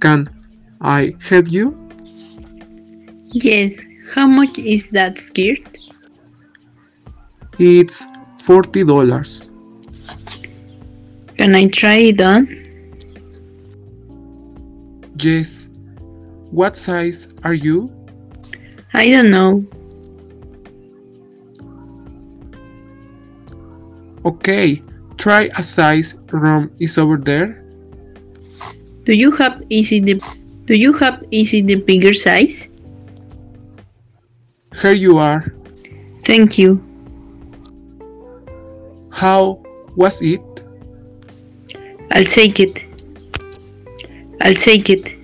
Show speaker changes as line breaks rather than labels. Can I help you?
Yes, how much is that skirt?
It's $40.
Can I try it on?
Yes. What size are you?
I don't know.
Okay, try a size. Room is over there.
Do you have is it the do you have is it the bigger size?
Here you are.
Thank you.
How was it?
I'll take it. I'll take it.